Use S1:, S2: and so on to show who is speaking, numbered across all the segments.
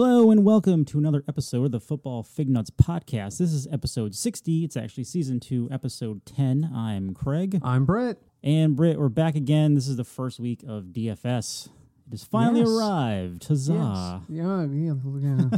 S1: welcome to another episode of the Football Fig Nuts Podcast. This is episode 60. It's actually season two, episode 10. I'm Craig.
S2: I'm Brett.
S1: And Britt, we're back again. This is the first week of DFS. It has finally
S2: Yes.
S1: arrived. Huzzah.
S2: Yeah, yeah, yeah.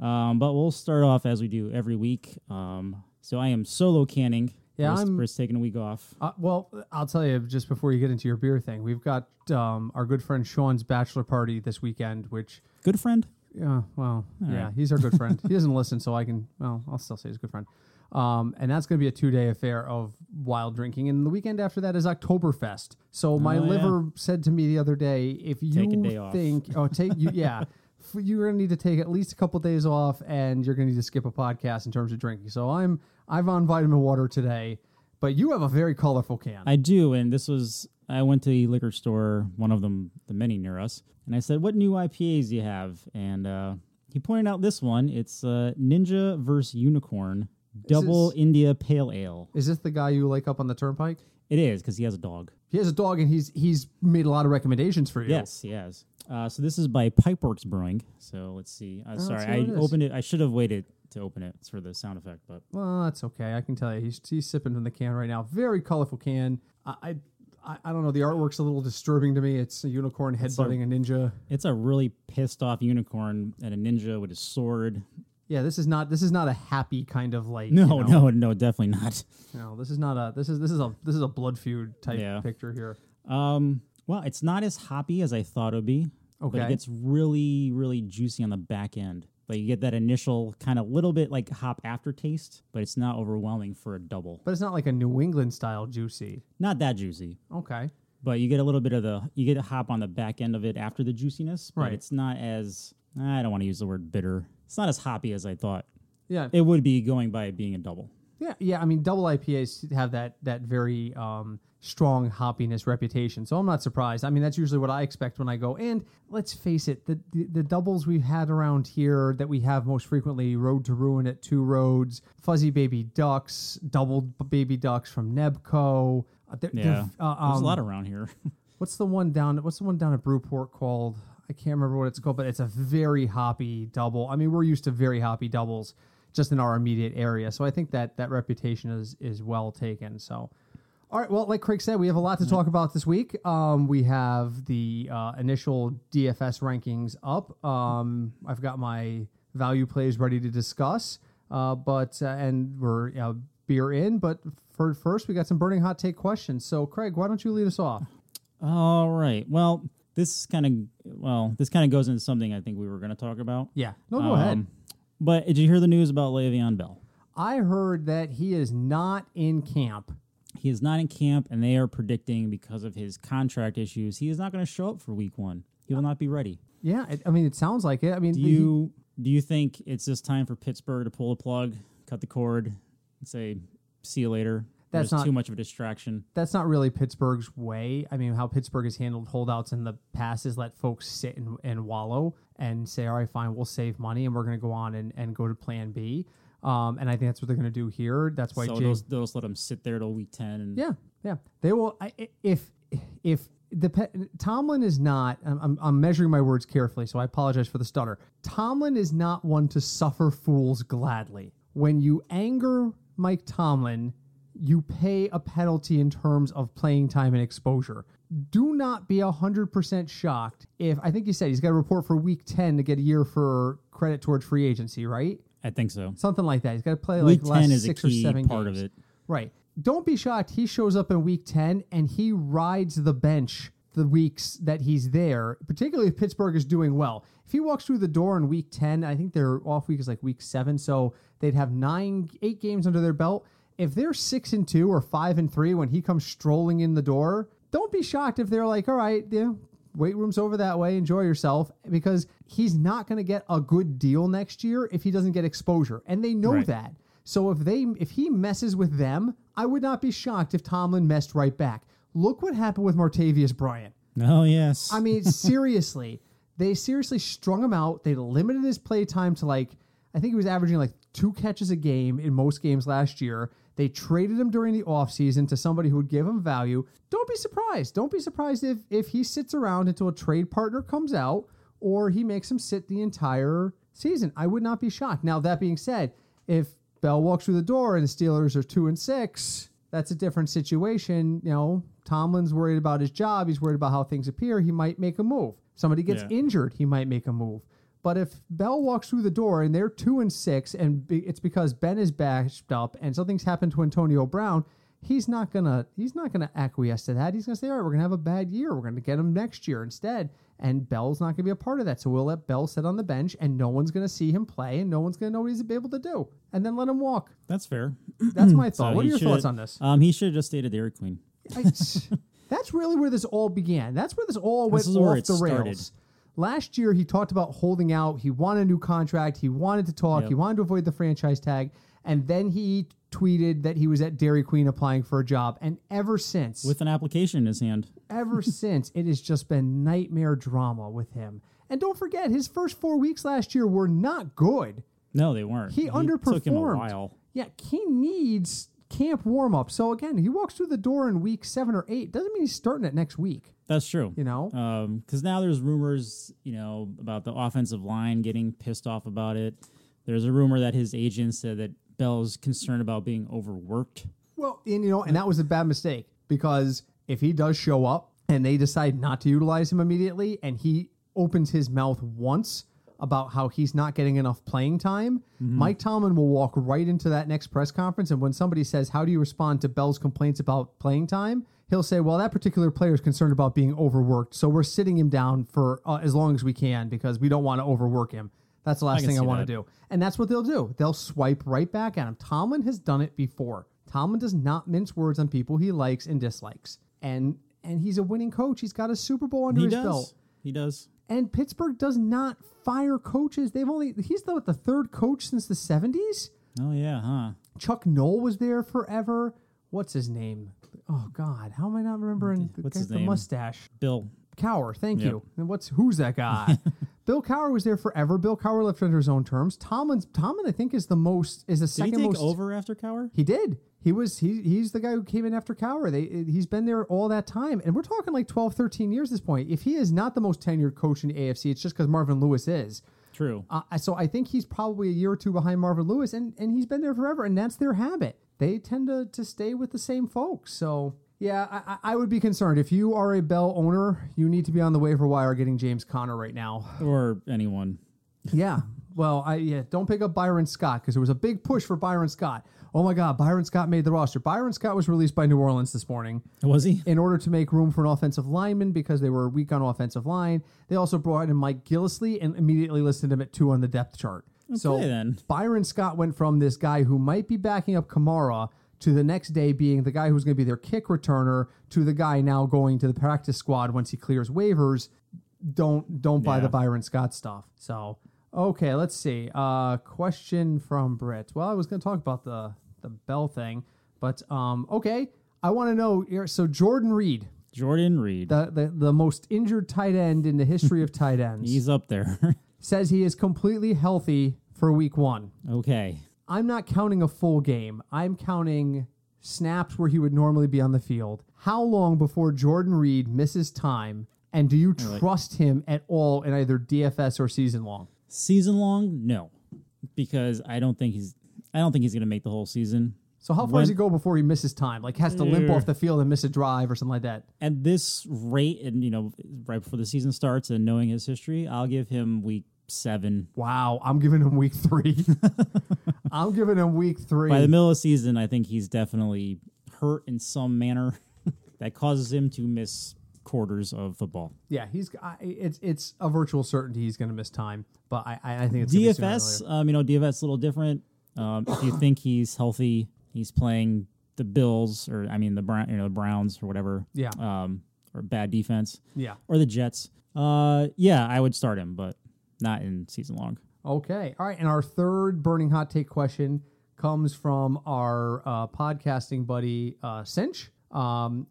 S1: Um, but we'll start off as we do every week. Um, so I am solo canning.
S2: Yeah,
S1: Chris,
S2: I'm-
S1: Chris taking a week off.
S2: uh, well, I'll tell you just before you get into your beer thing, we've got um, our good friend Sean's bachelor party this weekend, which,
S1: Good friend.
S2: yeah, well, yeah,
S1: right.
S2: he's our good friend. he doesn't listen, so I can, well, I'll still say he's a good friend. Um, and that's going to be a two day affair of wild drinking. And the weekend after that is Oktoberfest. So my
S1: Oh, yeah.
S2: liver said to me the other day, if you
S1: Take a day off.
S2: think, oh, take you, yeah. f- You're gonna need to take at least a couple days off, and you're gonna need to skip a podcast in terms of drinking. So I'm I've on vitamin water today, but you have a very colorful can.
S1: I do, and this was I went to the liquor store, one of them, the many near us, and I said, "What new IPAs do you have?" And uh, he pointed out this one. It's uh, Ninja versus Unicorn Double
S2: is-
S1: India Pale Ale.
S2: Is this the guy you like up on the turnpike?
S1: It is because he has a dog.
S2: He has a dog, and he's he's made a lot of recommendations for you.
S1: Yes, he has. Uh, so this is by Pipeworks Brewing. So let's see. Uh,
S2: Oh, let's
S1: sorry,
S2: see
S1: I
S2: what it is.
S1: opened it. I should have waited to open it It's for the sound effect, but
S2: Well, that's okay. I can tell you, he's, he's sipping from the can right now. Very colorful can. I, I I don't know. The artwork's a little disturbing to me. It's a unicorn headbutting a ninja.
S1: it's a really pissed off unicorn and a ninja with his sword.
S2: Yeah, this is not this is not a happy kind of like.
S1: No,
S2: you know,
S1: no, no, definitely not.
S2: No, this is not a this is this is a this is a blood feud type
S1: Yeah.
S2: picture here.
S1: Um, well, it's not as hoppy as I thought it would be. But it
S2: Okay.
S1: gets really, really juicy on the back end. But you get that initial kind of little bit like hop aftertaste, but it's not overwhelming for a double.
S2: But it's not like a New England style juicy.
S1: Not that juicy,
S2: Okay.
S1: but you get a little bit of the you get a hop on the back end of it after the juiciness. But
S2: Right.
S1: it's not as I don't want to use the word bitter. It's not as hoppy as I thought
S2: Yeah.
S1: it would be going by it being a double.
S2: yeah. Yeah. I mean, double IPAs have that that very um, strong hoppiness reputation. So I'm not surprised. I mean, that's usually what I expect when I go. And let's face it, the the, the doubles we've had around here that we have most frequently: Road to Ruin at Two Roads, Fuzzy Baby Ducks, Double Baby Ducks from Nebco. Uh, they're- they're-
S1: Yeah,
S2: uh,
S1: there's
S2: um,
S1: a lot around here.
S2: What's the one down? What's the one down at Brewport called? I can't remember what it's called, but it's a very hoppy double. I mean, we're used to very hoppy doubles just in our immediate area, so I think that that reputation is is well taken. So, all right. Well, like Craig said, we have a lot to talk about this week. Um, we have the uh, initial DFS rankings up. Um, I've got my value plays ready to discuss, uh, but uh, and we're uh, beer in. But for first, we got some burning hot take questions. So, Craig, why don't you lead us off?
S1: All right. Well, this kind of well, this kind of goes into something I think we were going to talk about.
S2: Yeah. No, go ahead.
S1: Um, But did you hear the news about Le'Veon Bell?
S2: I heard that he is not in camp.
S1: He is not in camp, and they are predicting because of his contract issues, he is not going to show up for Week One. He will not be ready.
S2: Yeah, it, I mean, it sounds like it. I mean,
S1: Do
S2: the-
S1: you do you think it's just time for Pittsburgh to pull the plug, cut the cord, and say see you later?
S2: That's
S1: There's
S2: not-
S1: too much of a distraction.
S2: that's not really Pittsburgh's way. I mean, how Pittsburgh has handled holdouts in the past is let folks sit and, and wallow and say, all right, fine, we'll save money and we're going to go on and, and go to plan B. Um, and I think that's what they're going to do here. That's why
S1: so
S2: Jay
S1: they'll, they'll just let him sit there till Week Ten. And
S2: Yeah, yeah. They will. I, i- if if the pe- Tomlin is not, I'm, I'm, I'm measuring my words carefully, so I apologize for the stutter. Tomlin is not one to suffer fools gladly. When you anger Mike Tomlin, you pay a penalty in terms of playing time and exposure. Do not be 100% shocked if, I think you said he's got to report for week 10 to get a year for credit towards free agency, right?
S1: I think so.
S2: Something like that. He's got to play like
S1: Week
S2: the last
S1: Ten is a
S2: six
S1: key
S2: or seven
S1: part
S2: games.
S1: of it.
S2: Right. Don't be shocked. He shows up in week 10 and he rides the bench the weeks that he's there, particularly if Pittsburgh is doing well. If he walks through the door in week 10, I think their off week is like week seven. So they'd have nine, eight games under their belt. If they're six and two or five and three when he comes strolling in the door, don't be shocked if they're like, all right, yeah, weight room's over that way, enjoy yourself, because he's not going to get a good deal next year if he doesn't get exposure. And they know
S1: Right.
S2: that. So if they if he messes with them, I would not be shocked if Tomlin messed right back. Look what happened with Martavius Bryant.
S1: Oh yes.
S2: I mean, seriously, they seriously strung him out. They limited his play time to like I think he was averaging like two catches a game in most games last year. They traded him during the offseason to somebody who would give him value. Don't be surprised. Don't be surprised if if he sits around until a trade partner comes out or he makes him sit the entire season. I would not be shocked. Now that being said, if Bell walks through the door and the Steelers are two and six, that's a different situation. You know, Tomlin's worried about his job. He's worried about how things appear. He might make a move. Somebody gets
S1: Yeah.
S2: injured. He might make a move. But if Bell walks through the door and they're two and six, and be, it's because Ben is bashed up and something's happened to Antonio Brown, he's not gonna he's not gonna acquiesce to that. He's gonna say, all right, we're gonna have a bad year. We're gonna get him next year instead. And Bell's not gonna be a part of that. So we'll let Bell sit on the bench, and no one's gonna see him play, and no one's gonna know what he's able to do. And then let him walk.
S1: That's fair.
S2: That's my
S1: Hmm.
S2: thought.
S1: So
S2: what are
S1: he
S2: your
S1: should-
S2: thoughts on this?
S1: Um, he should have just stayed at Dairy Queen.
S2: I- that's really where this all began. That's where this all went
S1: This is
S2: off
S1: where it
S2: the rails.
S1: started.
S2: Last year, he talked about holding out. He wanted a new contract. He wanted to talk.
S1: Yep.
S2: He wanted to avoid the franchise tag. And then he tweeted that he was at Dairy Queen applying for a job. And ever since,
S1: with an application in his hand.
S2: ever since, it has just been nightmare drama with him. And don't forget, his first four weeks last year were not good.
S1: No, they weren't.
S2: He
S1: Took him a
S2: underperformed.
S1: while.
S2: Yeah, he needs camp warm up. So again, he walks through the door in week seven or eight. Doesn't mean he's starting it next week.
S1: That's true.
S2: You know,
S1: because now there's rumors, you know, about the offensive line getting pissed off about it. There's a rumor that his agent said that Bell's concerned about being overworked.
S2: Well, and you know, and that was a bad mistake because if he does show up and they decide not to utilize him immediately and he opens his mouth once about how he's not getting enough playing time,
S1: Mm-hmm.
S2: Mike Tomlin will walk right into that next press conference and when somebody says, "How do you respond to Bell's complaints about playing time?" He'll say, "Well, that particular player is concerned about being overworked, so we're sitting him down for uh, as long as we can because we don't want to overwork him." That's the last
S1: can
S2: thing I
S1: see
S2: want to
S1: that.
S2: do do. And that's what they'll do. They'll swipe right back at him. Tomlin has done it before. Tomlin does not mince words on people he likes and dislikes. And and he's a winning coach. He's got a Super Bowl under
S1: He
S2: his
S1: does.
S2: belt.
S1: He does.
S2: And Pittsburgh does not fire coaches. They've only he's the, what, the third coach since the 70s.
S1: Oh yeah, huh?
S2: Chuck Knoll was there forever. What's his name? Oh God, how am I not remembering the,
S1: What's
S2: guy
S1: his
S2: with the
S1: name?
S2: mustache?
S1: Bill.
S2: Cower, thank
S1: Yep.
S2: you. And what's who's that guy? Bill Cower was there forever. Bill Cower left under his own terms. Tomlin's Tomlin, I think, is the most is the
S1: Did he
S2: second
S1: take
S2: most.
S1: over after Cower?
S2: He did. He was he he's the guy who came in after Cower. They he's been there all that time, and we're talking like 12, 13 years at this point. If he is not the most tenured coach in the AFC, it's just because Marvin Lewis is.
S1: True.
S2: Uh, so I think he's probably a year or two behind Marvin Lewis, and, and he's been there forever, and that's their habit. They tend to, to stay with the same folks. So, yeah, I, I- I would be concerned. If you are a Bell owner, you need to be on the waiver wire getting James Conner right now.
S1: Or anyone.
S2: Yeah. Well, I yeah, don't pick up Byron Scott because there was a big push for Byron Scott. Oh my God, Byron Scott made the roster. Byron Scott was released by New Orleans this morning
S1: Was he?
S2: in order to make room for an offensive lineman because they were weak on offensive line. They also brought in Mike Gillisley and immediately listed him at two on the depth chart. so
S1: Okay, then.
S2: Byron Scott went from this guy who might be backing up Kamara to the next day being the guy who's going to be their kick returner to the guy now going to the practice squad once he clears waivers. Don't don't buy
S1: Yeah.
S2: the Byron Scott stuff. So okay, let's see. Uh, question from Britt. Well, I was going to talk about the the bell thing, but um, okay. I want to know. here- So Jordan Reed,
S1: Jordan Reed.
S2: the, the the most injured tight end in the history of tight ends,
S1: He's up there.
S2: says he is completely healthy for Week One.
S1: okay.
S2: I'm not counting a full game. I'm counting snaps where he would normally be on the field. How long before Jordan Reed misses time? And do you trust him at all in either DFS or season long?
S1: Season long? No, because I don't think he's. I don't think he's going to make the whole season.
S2: So how far
S1: When-
S2: does he go before he misses time? Like has to limp
S1: Yeah.
S2: off the field and miss a drive or something like that.
S1: At this rate, and you know, right before the season starts, and knowing his history, I'll give him week seven.
S2: Wow, I'm giving him week three. I'm giving him week three.
S1: By the middle of the season, I think he's definitely hurt in some manner that causes him to miss quarters of football.
S2: yeah, he's I, it's it's a virtual certainty he's going to miss time. But I I I think it's gonna be sooner or later.
S1: DFS, um, you know, DFS a little different. Um, if you think he's healthy, he's playing the Bills or I mean the Brown, you know, the Browns or whatever.
S2: Yeah.
S1: Um, or bad defense
S2: Yeah.
S1: or the Jets. Uh, yeah, I would start him, but not in season long.
S2: Okay. All right. And our third burning hot take question comes from our uh, podcasting buddy, uh, Cinch. Um,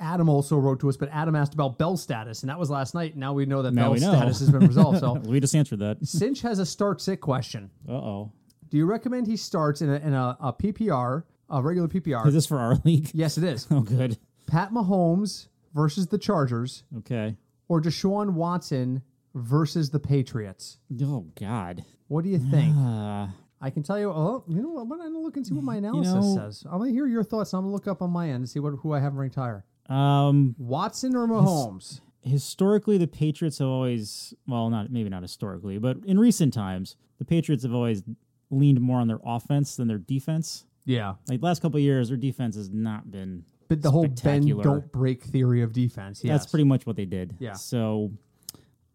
S2: Adam also wrote to us, but Adam asked about Bell status, and that was last night. Now we know that
S1: Now
S2: Bell
S1: we know.
S2: status has been resolved. So
S1: We just answered that.
S2: Cinch has a start sit question.
S1: Uh oh.
S2: Do you recommend he starts in a, in a, a PPR, a regular PPR?
S1: Is this for our league?
S2: yes, it is.
S1: Oh, good.
S2: Pat Mahomes versus the Chargers
S1: Okay.
S2: or Deshaun Watson versus the Patriots.
S1: Oh God.
S2: What do you think?
S1: Uh,
S2: I can tell you. Oh, you know what? I'm gonna look and see what my analysis
S1: know-
S2: says. I'm gonna hear your thoughts. and I'm gonna look up on my end and see what who I have ranked higher:
S1: um,
S2: Watson or Mahomes.
S1: historically, the Patriots have always well, not maybe not historically, but in recent times, the Patriots have always leaned more on their offense than their defense.
S2: Yeah,
S1: Like the last couple of years, their defense has not been.
S2: but the whole bend
S1: Spectacular.
S2: don't break theory of defense. Yes.
S1: That's pretty much what they did.
S2: Yeah.
S1: So,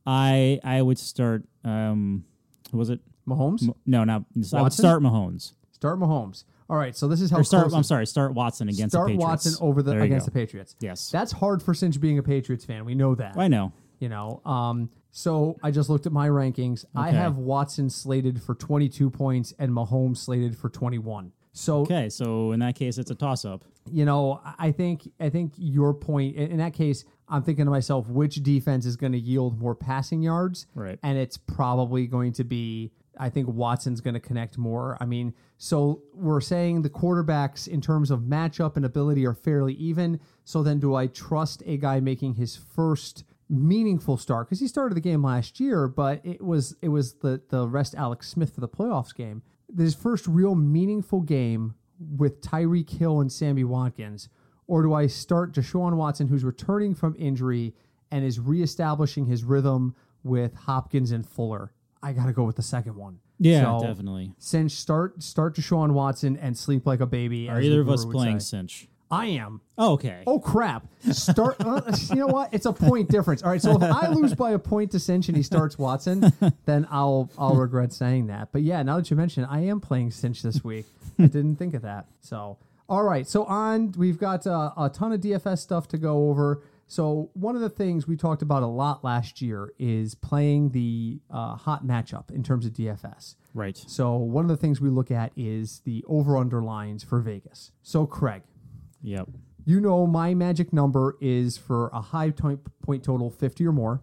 S1: I I would start. Um, who was it?
S2: Mahomes.
S1: No, not I would
S2: Watson?
S1: start Mahomes.
S2: start Mahomes. All right, so this is how
S1: Or start.
S2: close
S1: I'm
S2: it-
S1: sorry. Start Watson against
S2: start
S1: the Patriots.
S2: Watson over the
S1: There you
S2: against
S1: go.
S2: the Patriots.
S1: Yes.
S2: That's hard for Cinch being a Patriots fan. We know that.
S1: I know.
S2: You know. Um. So I just looked at my rankings. I
S1: Okay.
S2: have Watson slated for 22 points and Mahomes slated for 21. So
S1: Okay, so in that case, it's a toss up.
S2: you know, I- I think I think your point in in that case. I'm thinking to myself, which defense is going to yield more passing yards?
S1: Right.
S2: and it's probably going to be I think Watson's going to connect more. I mean, so we're saying the quarterbacks in terms of matchup and ability are fairly even. So then do I trust a guy making his first meaningful start cuz he started the game last year, but it was it was the the rest Alex Smith for the playoffs game. His first real meaningful game with Tyreek Hill and Sammy Watkins. Or do I start Deshaun Watson, who's returning from injury and is reestablishing his rhythm with Hopkins and Fuller? I got to go with the second one. So,
S1: definitely.
S2: Cinch, start start Deshaun Watson and sleep like a baby.
S1: Are
S2: as
S1: either
S2: the
S1: of us
S2: guru would
S1: playing
S2: say.
S1: cinch?
S2: I am.
S1: Oh, okay.
S2: Oh crap! Start. uh, you know what? It's a point difference. All right. So if I lose by a point to Cinch and he starts Watson, then I'll I'll regret saying that. But yeah, now that you mention, it, I am playing Cinch this week. I didn't think of that. So all right. So on, we've got uh, a ton of DFS stuff to go over. So one of the things we talked about a lot last year is playing the uh, hot matchup in terms of DFS.
S1: Right.
S2: So one of the things we look at is the over under lines for Vegas. So Craig,
S1: Yep.
S2: you know my magic number is for a high to- point total 50 or more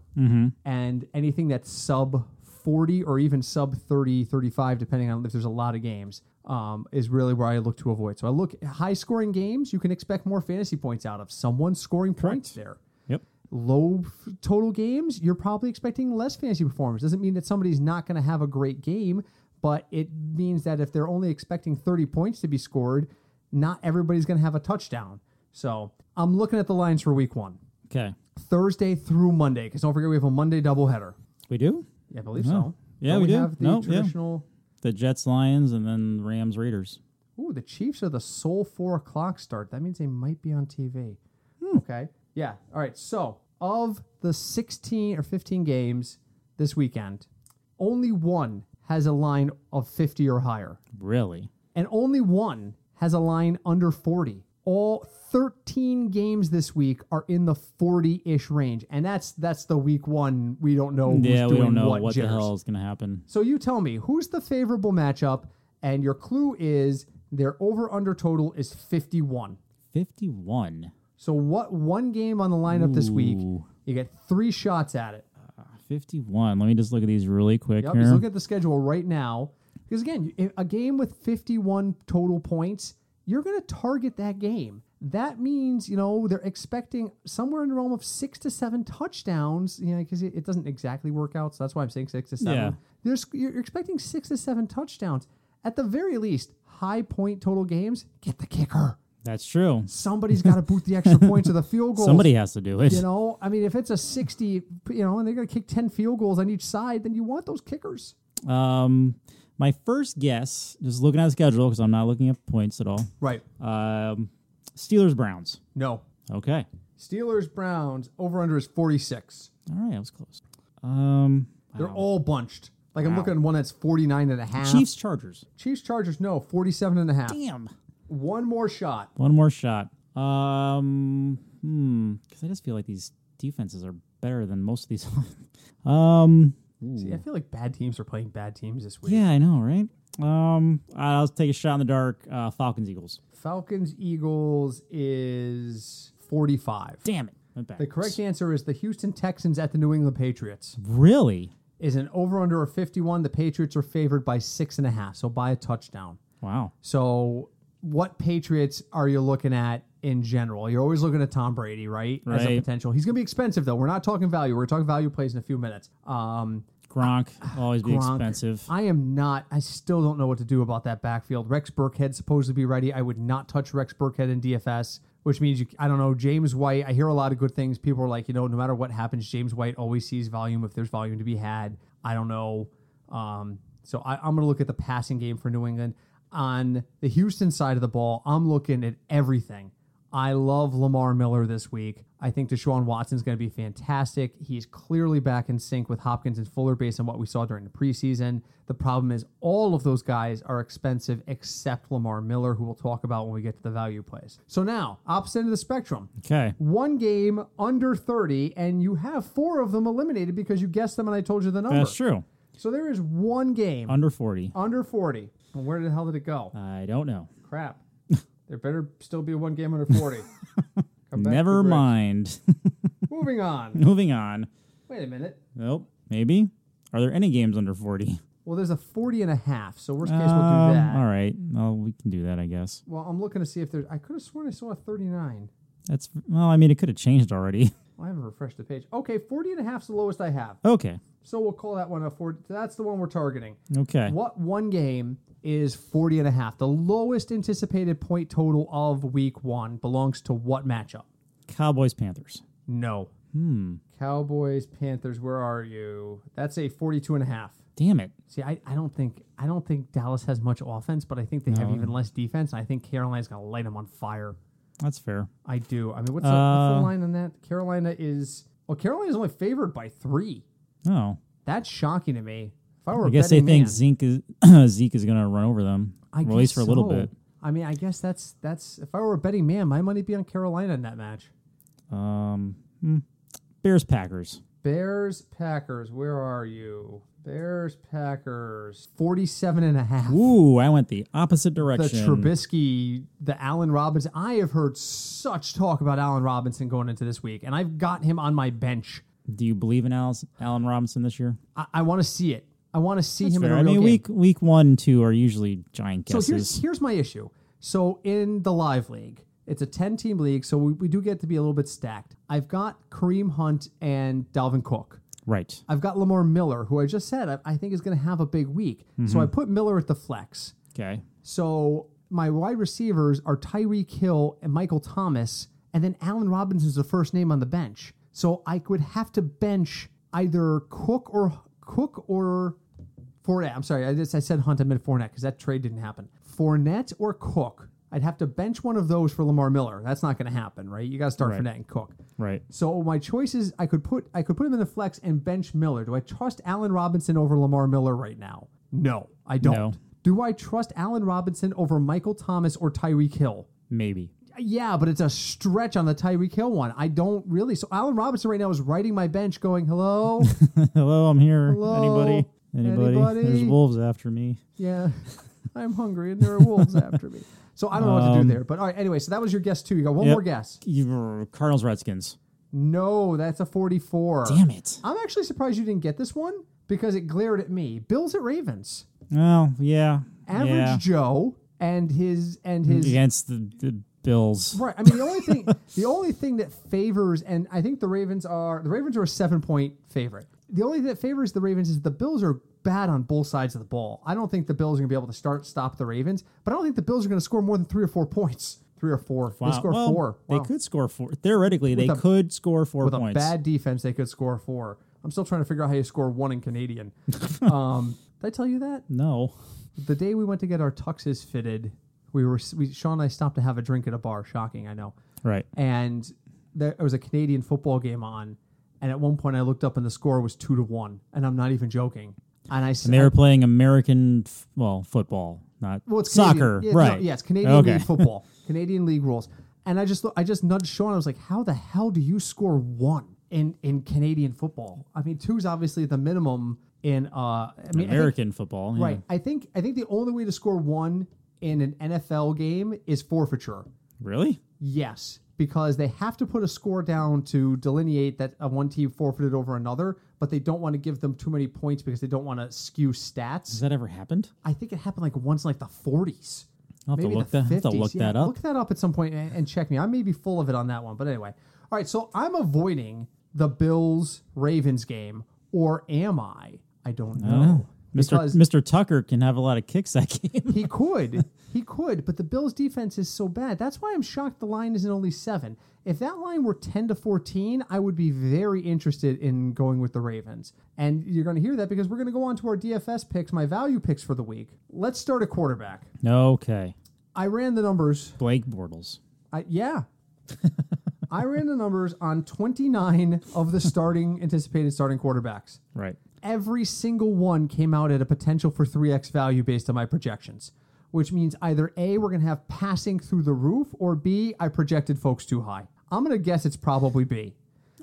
S2: and anything that's sub 40 or even sub 30 35 depending on if there's a lot of games um, is really where i look to avoid so i look at high scoring games you can expect more fantasy points out of someone scoring points there
S1: Yep.
S2: low f- total games, you're probably expecting less fantasy performance. Doesn't mean that somebody's not going to have a great game, but it means that if they're only expecting 30 points to be scored, not everybody's going to have a touchdown. So I'm looking at the lines for week one,
S1: Okay.
S2: Thursday through Monday, because don't forget we have a Monday doubleheader.
S1: We do
S2: Yeah, I believe so.
S1: Yeah,
S2: Don't
S1: we do.
S2: have the
S1: Nope, yeah.
S2: traditional.
S1: the Jets, Lions, and then Rams, Raiders.
S2: Ooh, the Chiefs are the sole four o'clock start. That means they might be on TV.
S1: Hmm.
S2: Okay. Yeah. All right. So of the 16 or 15 games this weekend, only one has a line of 50 or higher,
S1: Really?
S2: and only one has a line under 40. All 13 games this week are in the 40-ish range, and that's that's the week one. We don't know. Who's
S1: yeah, we don't
S2: doing
S1: know what, the
S2: jitters.
S1: hell is going to happen.
S2: So you tell me who's the favorable matchup, and your clue is their over under total is 51.
S1: Fifty-one.
S2: So what one game on the lineup this week?
S1: Ooh.
S2: You get three shots at it.
S1: Fifty-one. Let me just look at these really quick
S2: Yep,
S1: here.
S2: just look at the schedule right now. Because again, you- a game with 51 total points, you're going to target that game. That means, you know, they're expecting somewhere in the realm of six to seven touchdowns, you know, because it, it doesn't exactly work out. So that's why I'm saying six to seven.
S1: Yeah.
S2: There's, you're expecting six to seven touchdowns. At the very least, high point total games, get the kicker.
S1: That's true.
S2: Somebody's got to boot the extra points or the field goal.
S1: Somebody has to do it.
S2: You know, I mean, if it's a 60, you know, and they're going to kick 10 field goals on each side, then you want those kickers.
S1: Um, my first guess, just looking at the schedule because I'm not looking at points at all.
S2: Right.
S1: Um, Steelers, Browns.
S2: No.
S1: Okay.
S2: Steelers, Browns, over under is 46.
S1: All right, I was close. Um,
S2: They're all bunched. Like I'm looking at one that's 49 and a half.
S1: Chiefs, Chargers.
S2: Chiefs Chargers, no, 47 and a half.
S1: Damn.
S2: One more shot.
S1: One more shot. Um, hmm. Because I just feel like these defenses are better than most of these. um,
S2: See, I feel like bad teams are playing bad teams this week.
S1: yeah, I know, right? Um, I'll take a shot in the dark. Uh, Falcons, Eagles.
S2: Falcons, Eagles is 45.
S1: Damn it. Went back.
S2: The correct answer is the Houston Texans at the New England Patriots.
S1: Really?
S2: Is an over under of 51. The Patriots are favored by six and a half, so by a touchdown.
S1: Wow.
S2: So, what Patriots are you looking at in general. You're always looking at Tom Brady, right? As a
S1: Right.
S2: potential. He's going to be expensive though. We're not talking value. We're talking value plays in a few minutes. Um,
S1: Gronk always be
S2: Gronk.
S1: expensive.
S2: I am not. I still don't know what to do about that backfield. Rex Burkhead supposed to be ready. I would not touch Rex Burkhead in DFS, which means you, I don't know James White. I hear a lot of good things. People are like, you know, no matter what happens, James White always sees volume if there's volume to be had. I don't know. Um, so I, I'm going to look at the passing game for New England. On the Houston side of the ball, I'm looking at everything. I love Lamar Miller this week. I think Deshaun Watson's going to be fantastic. He's clearly back in sync with Hopkins and Fuller based on what we saw during the preseason. The problem is all of those guys are expensive except Lamar Miller, who we'll talk about when we get to the value plays. So now, opposite end of the spectrum.
S1: okay.
S2: One game under 30, and you have four of them eliminated because you guessed them and I told you the number.
S1: That's true.
S2: So there is one game
S1: Under 40.
S2: under 40. Well, where the hell did it go?
S1: I don't know.
S2: Crap. there better still be one game under 40. Come back to
S1: Never
S2: Briggs.
S1: mind.
S2: Moving on.
S1: Moving on.
S2: Wait a minute.
S1: Nope. Maybe. Are there any games under 40?
S2: Well, there's a 40 and a half, so worst case, we'll
S1: Um,
S2: do that.
S1: All right. Well, we can do that, I guess.
S2: Well, I'm looking to see if there's. I could have sworn I saw a 39.
S1: That's, well, I mean, it could have changed already.
S2: Well, I haven't refreshed the page. Okay, 40 and a half is the lowest I have.
S1: okay.
S2: So we'll call that one a 40. That's the one we're targeting.
S1: Okay.
S2: What one game is 40 and a half? The lowest anticipated point total of week one belongs to what matchup?
S1: Cowboys, Panthers.
S2: No.
S1: Hmm.
S2: Cowboys, Panthers, where are you? That's a 42 and a half.
S1: Damn it.
S2: See, I, I don't think I don't think Dallas has much offense, but I think they have
S1: No.
S2: even less defense. I think Carolina's gonna light them on fire.
S1: That's fair.
S2: I do. I mean, what's, the, what's
S1: Uh,
S2: the line on that? Carolina is well. Carolina's only favored by three.
S1: Oh.
S2: That's shocking to me. If I were,
S1: I
S2: a
S1: guess they
S2: betting
S1: think
S2: man,
S1: Zeke is, Zeke is going to run over them,
S2: I
S1: or at least
S2: guess
S1: for a little
S2: so.
S1: bit.
S2: I mean, I guess that's that's. If I were a betting man, my money'd be on Carolina in that match.
S1: Um, hmm. Bears, Packers.
S2: Bears, Packers, where are you? Bears, Packers, 47 and a half.
S1: Ooh, I went the opposite
S2: the
S1: direction.
S2: Trubisky, the Allen Robinson. I have heard such talk about Allen Robinson going into this week, and I've got him on my bench.
S1: Do you believe in Alice, Allen Robinson this year?
S2: I, I want to see it. I want to see him in
S1: Fair.
S2: a
S1: I
S2: real
S1: mean,
S2: game.
S1: week week one and two are usually giant
S2: so
S1: guesses.
S2: here's here's my issue. So in the live league, it's a ten team league, so we, we do get to be a little bit stacked. I've got Kareem Hunt and Dalvin Cook.
S1: right.
S2: I've got Lamar Miller, who I just said I, I think is going to have a big week.
S1: Mm-hmm.
S2: So I put Miller at the flex.
S1: Okay.
S2: So my wide receivers are Tyreek Hill and Michael Thomas, and then Allen Robinson's the first name on the bench. So I would have to bench either Cook or Cook or Fournette. I'm sorry, I just I said Hunt. I meant Fournette because that trade didn't happen. Fournette or Cook. I'd have to bench one of those for Lamar Miller. That's not going to happen, right? You got to start
S1: Right.
S2: Fournette and Cook.
S1: Right.
S2: So my choices, I could put I could put him in the flex and bench Miller. Do I trust Allen Robinson over Lamar Miller right now? No, I don't.
S1: No.
S2: Do I trust Allen Robinson over Michael Thomas or Tyreek Hill?
S1: Maybe.
S2: Yeah, but it's a stretch on the Tyreek Hill one. I don't really. So Allen Robinson right now is writing my bench, going, "Hello,
S1: Hello, I'm here.
S2: Hello?
S1: Anybody? Anybody?
S2: Anybody?
S1: There's wolves after me.
S2: yeah, I'm hungry, and there are wolves after me." So I don't know what to do
S1: Um,
S2: there. But all right, anyway, so that was your guess too. You got one
S1: Yep.
S2: more guess.
S1: You- Cardinals, Redskins.
S2: No, that's a 44.
S1: Damn it.
S2: I'm actually surprised you didn't get this one because it glared at me. Bills at Ravens.
S1: Oh yeah.
S2: Average
S1: yeah. Mm,
S2: Joe and his and his
S1: against the, the Bills.
S2: right. I mean the only thing the only thing that favors and I think the Ravens are the Ravens are a seven point favorite. The only thing that favors the Ravens is the Bills are bad on both sides of the ball. I don't think the Bills are gonna be able to start stop the Ravens, but I don't think the Bills are gonna score more than three or four points. Three or four.
S1: Wow.
S2: They score
S1: Uh, Well,
S2: four.
S1: They
S2: Wow.
S1: could score four. Theoretically, they
S2: a-
S1: could score four
S2: with
S1: points.
S2: a bad defense, they could score four. I'm still trying to figure out how you score one in Canadian. um, did I tell you that?
S1: no.
S2: the day we went to get our tuxes fitted, we were we, Sean and I stopped to have a drink at a bar. Shocking, I know.
S1: Right.
S2: And there was a Canadian football game on, and at one point I looked up and the score was two to one, and I'm not even joking. And I
S1: And they were
S2: said,
S1: playing American, f- well, football, not
S2: "Well, it's
S1: soccer,
S2: Canadian. Yeah,
S1: right?
S2: No, yes, Canadian
S1: Okay.
S2: league football, Canadian league rules." And I just lo- I just nudged Sean. I was like, "How the hell do you score one in in Canadian football? I mean, two's obviously the minimum in uh, I mean, I think-
S1: American football, yeah.
S2: Right. I think I think the only way to score one in an NFL game is forfeiture.
S1: Really?
S2: Yes, because they have to put a score down to delineate that a one team forfeited over another, but they don't want to give them too many points because they don't want to skew
S1: Has
S2: stats.
S1: that ever happened?
S2: I think it happened like once in like the 40s.
S1: Mm-hmm. I'll have
S2: Maybe
S1: to look that.
S2: the
S1: I'll have to
S2: 50s.
S1: look
S2: Yeah,
S1: that up.
S2: Look that up at some point and, and check me. I may be full of it on that one, but anyway. All right, so I'm avoiding the Bills Ravens game, or am I? I don't know.
S1: Mr.
S2: Because
S1: Mr. Tucker can have a lot of kicks that game.
S2: he could, he could, but the Bills defense is so bad. That's why I'm shocked the line isn't only seven. If that line were ten to fourteen, I would be very interested in going with the Ravens. And you're going to hear that because we're going to go on to our DFS picks, my value picks for the week. Let's start at quarterback.
S1: okay.
S2: I ran the numbers
S1: Blake Bortles.
S2: I, yeah. I ran the numbers on 29 of the starting anticipated starting quarterbacks.
S1: Right.
S2: Every single one came out at a potential for 3x value based on my projections, which means either A, we're going to have passing through the roof, or B, I projected folks too high. I'm going to guess it's probably B.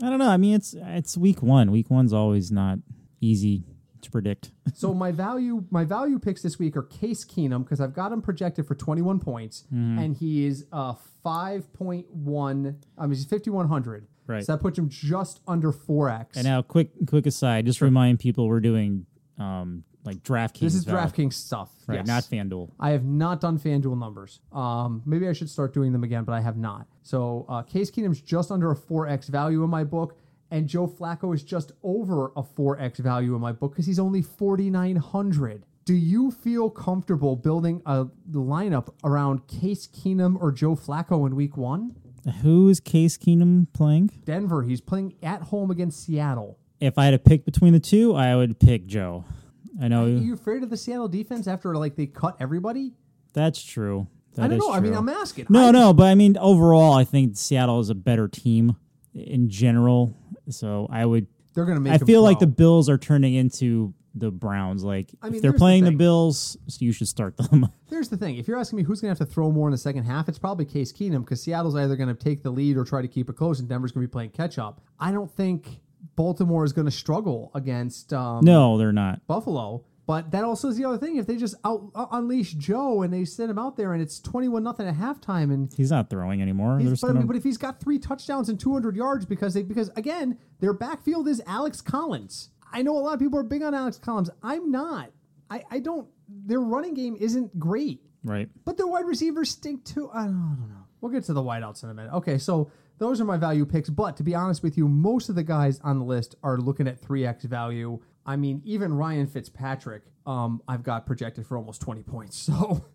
S1: I don't know. I mean, it's it's week one. Week one's always not easy to predict.
S2: So my value my value picks this week are Case Keenum because I've got him projected for 21 points
S1: Mm-hmm.
S2: and he is uh 5.1 I mean he's 5100.
S1: Right.
S2: So that puts him just under 4x.
S1: And now, quick quick aside, just remind people we're doing um like DraftKings.
S2: This is
S1: value.
S2: DraftKings stuff.
S1: right?
S2: yes.
S1: Not FanDuel.
S2: I have not done FanDuel numbers. Um, maybe I should start doing them again, but I have not. So uh, Case Keenum's just under a 4x value in my book, and Joe Flacco is just over a 4x value in my book because he's only 4,900. Do you feel comfortable building a lineup around Case Keenum or Joe Flacco in week one?
S1: Who is Case Keenum playing?
S2: Denver, he's playing at home against Seattle.
S1: If I had to pick between the two, I would pick Joe. I know
S2: Are you afraid of the Seattle defense after like they cut everybody?
S1: that's true. That
S2: I don't
S1: is
S2: know. I mean,
S1: true.
S2: I'm asking.
S1: No,
S2: I-
S1: no, but I mean overall, I think Seattle is a better team in general. So I would.
S2: They're going to make.
S1: I
S2: him
S1: feel like the
S2: throw.
S1: Bills are turning into the Browns. Like
S2: I mean,
S1: if they're
S2: here's the
S1: playing the,
S2: thing.
S1: Bills, so you should start them.
S2: Here's the thing: if you're asking me who's going to have to throw more in the second half, it's probably Case Keenum because Seattle's either going to take the lead or try to keep it close, and Denver's going to be playing catch up. I don't think Baltimore is going to struggle against um,
S1: no, they're not.
S2: Buffalo. But that also is the other thing: if they just out, uh, unleash Joe and they send him out there, and it's twenty-one nothing at halftime, and
S1: He's not throwing anymore. They're
S2: he's,
S1: just
S2: but, I mean,
S1: gonna-
S2: but if he's got three touchdowns and two hundred yards, because they because again, their backfield is Alex Collins. I know a lot of people are big on Alex Collins. I'm not. I, I don't. Their running game isn't great.
S1: right.
S2: But their wide receivers stink too. I don't, I don't know. We'll get to the wideouts in a minute. Okay, so those are my value picks. But to be honest with you, most of the guys on the list are looking at 3x value. I mean, even Ryan Fitzpatrick, um, I've got projected for almost 20 points. So,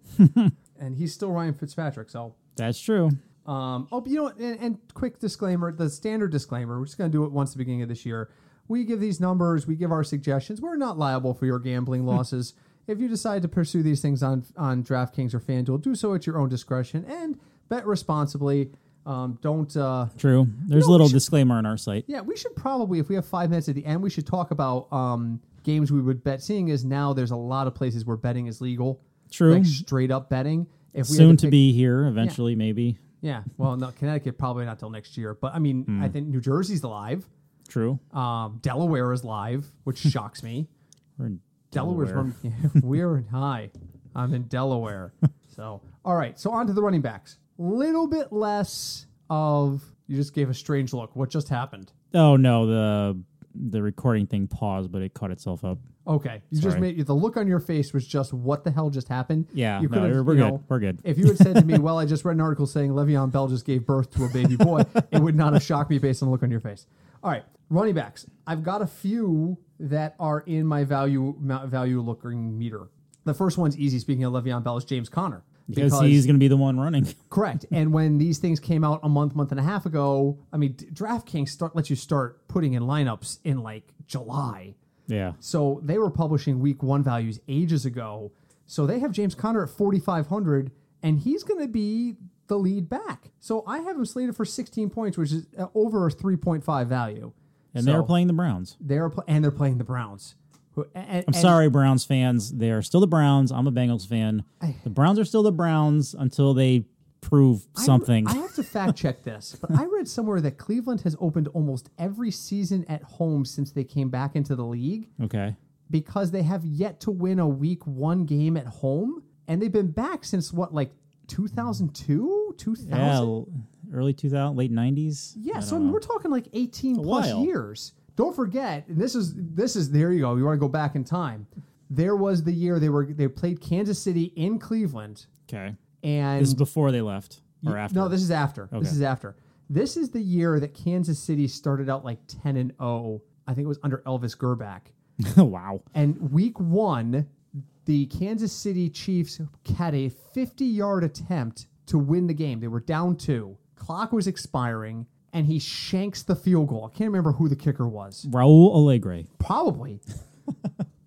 S2: and he's still Ryan Fitzpatrick. So,
S1: That's true.
S2: um, oh, but you know, what, and, and quick disclaimer, the standard disclaimer, we're just going to do it once the beginning of this year. We give these numbers, we give our suggestions. We're not liable for your gambling
S1: Hmm.
S2: losses. if you decide to pursue these things on, on DraftKings or FanDuel, do so at your own discretion and bet responsibly. Um, don't, uh,
S1: True. There's
S2: No,
S1: a little
S2: we should-
S1: disclaimer on our site.
S2: yeah, we should probably, if we have five minutes at the end, we should talk about um, games we would bet, seeing as now there's a lot of places where betting is legal.
S1: True.
S2: Like straight up betting. If we had
S1: Soon to
S2: pick-
S1: be here eventually, maybe.
S2: Yeah, well, no, Connecticut probably not till next year, but I mean, I think New Jersey's live.
S1: True.
S2: Um, Delaware is live, which shocks me.
S1: We're in
S2: Delaware's
S1: Delaware.
S2: one, we're in high. I'm in Delaware. So, all right. So on to the running backs. Little bit less of you just gave a strange look. What just happened?
S1: Oh no, the the recording thing paused, but it caught itself up.
S2: Okay, you just
S1: Sorry.
S2: made the look on your face was just what the hell just happened.
S1: Yeah,
S2: you
S1: no,
S2: could've,
S1: we're- we're
S2: you
S1: good. We're good.
S2: If you had said to me, "Well, I just read an article saying Le'Veon Bell just gave birth to a baby boy," it would not have shocked me based on the look on your face. All right, running backs. I've got a few that are in my value ma- value looking meter. The first one's easy. Speaking of Le'Veon Bell, is James Conner
S1: Because he's going to be the one running.
S2: Correct. And when these things came out a month, month and a half ago, I mean, D- DraftKings start lets you start putting in lineups in like July.
S1: yeah.
S2: So they were publishing week one values ages ago. So they have James Conner at 4,500, and he's going to be the lead back. So I have him slated for 16 points, which is uh, over a 3.5 value.
S1: And
S2: So
S1: they're playing the Browns.
S2: They're pl- and they're playing the Browns. Who, and,
S1: I'm sorry, Browns fans. They are still the Browns. I'm a Bengals fan. The Browns are still the Browns until they prove something.
S2: I have to fact check this, but I read somewhere that Cleveland has opened almost every season at home since they came back into the league.
S1: okay.
S2: because they have yet to win a week one game at home and they've been back since what like 2002 2000
S1: Yeah. l- Early 2000, late 90s.
S2: yeah so I mean, we're talking like 18 plus
S1: while.
S2: years don't forget and this is this is there you go you want to go back in time there was the year they were they played kansas city in cleveland
S1: Okay.
S2: And
S1: This is before they left or
S2: Ye-
S1: after?
S2: No, this is after.
S1: Okay.
S2: This is after. This is the year that Kansas City started out like 10 and 0. I think it was under Elvis Gerback.
S1: wow.
S2: And week 1, the Kansas City Chiefs had a 50-yard attempt to win the game. They were down 2. Clock was expiring and he shanks the field goal. I can't remember who the kicker was.
S1: Raul Alegre.
S2: Probably.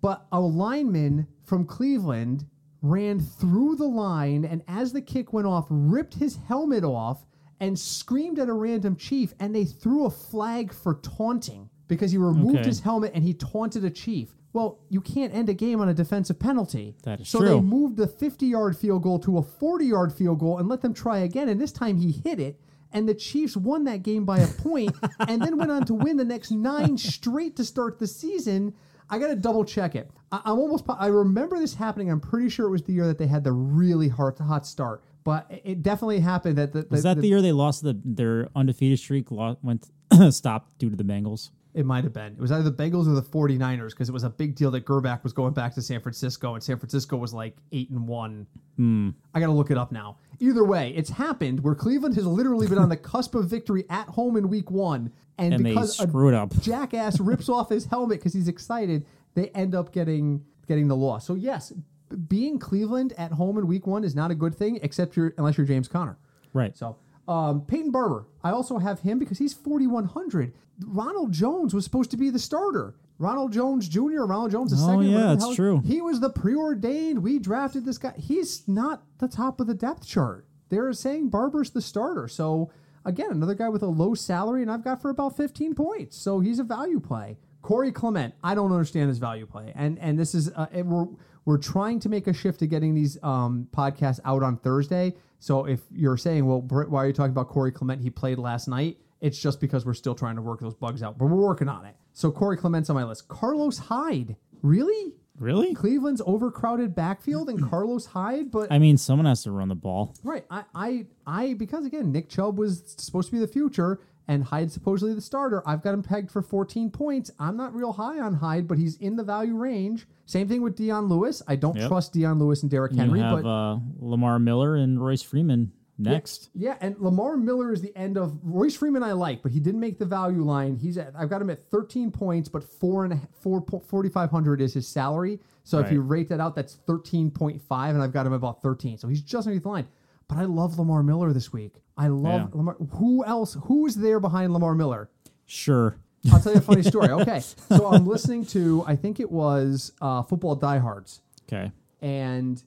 S2: but a lineman from Cleveland ran through the line and as the kick went off, ripped his helmet off and screamed at a random chief and they threw a flag for taunting because he removed
S1: Okay.
S2: his helmet and he taunted a chief. Well, you can't end a game on a defensive penalty.
S1: That is
S2: so
S1: true.
S2: they moved the 50-yard field goal to a 40-yard field goal and let them try again and this time he hit it and the Chiefs won that game by a point and then went on to win the next nine straight to start the season. I got to double check it. I, I'm almost, po- I remember this happening. I'm pretty sure it was the year that they had the really hard, hot start, but it- it definitely happened that the,
S1: Is that the year they lost the, their undefeated streak? Lo- went stopped due to the Bengals.
S2: it might have been. It was either the Bengals or the 49ers because it was a big deal that Gerback was going back to San Francisco and San Francisco was like eight and one. I got to look it up now. Either way, it's happened where Cleveland has literally been on the cusp of victory at home in week one. And,
S1: And they
S2: because a
S1: screwed up.
S2: jackass rips off his helmet because he's excited, they end up getting getting the loss. So yes, b- being Cleveland at home in week one is not a good thing, except you're unless you're James Conner.
S1: Right.
S2: So um, Peyton Barber, I also have him because he's 4,100. Ronald Jones was supposed to be the starter. Ronald Jones Jr., Ronald Jones the
S1: Oh,
S2: second.
S1: yeah,
S2: whatever the
S1: that's
S2: hell-
S1: true.
S2: He was the preordained. We drafted this guy. He's not the top of the depth chart. They're saying Barber's the starter. So again, another guy with a low salary, and I've got for about 15 points. So he's a value play. Corey Clement, I don't understand his value play, and and this is uh, and we're we're trying to make a shift to getting these um, podcasts out on Thursday. So if you're saying, well, Britt, why are you talking about Corey Clement? He played last night. It's just because we're still trying to work those bugs out, but we're working on it. So Corey Clement's on my list. Carlos Hyde, really?
S1: Really?
S2: Cleveland's overcrowded backfield and Carlos Hyde, but
S1: Mm-hmm. I mean, someone has to run the ball.
S2: right, I, I, I, because again, Nick Chubb was supposed to be the future and Hyde supposedly the starter. I've got him pegged for 14 points. I'm not real high on Hyde, but he's in the value range. Same thing with Dion Lewis. I don't
S1: Yep.
S2: trust Dion Lewis and Derrick
S1: You
S2: Henry,
S1: have
S2: but
S1: uh, Lamar Miller and Royce Freeman next.
S2: yeah, and Lamar Miller is the end of Royce Freeman. I like, but he didn't make the value line. He's at, I've got him at 13 points, but four and a, four po- 4,500 is his salary. So if
S1: Right.
S2: you rate that out, that's 13.5, and I've got him about 13. So he's just underneath the line. But I love Lamar Miller this week. I love
S1: Yeah.
S2: Lamar. Who else? Who is there behind Lamar Miller?
S1: Sure.
S2: I'll tell you a funny story. Okay, so I'm listening to I think it was uh, Football Diehards
S1: Okay.
S2: and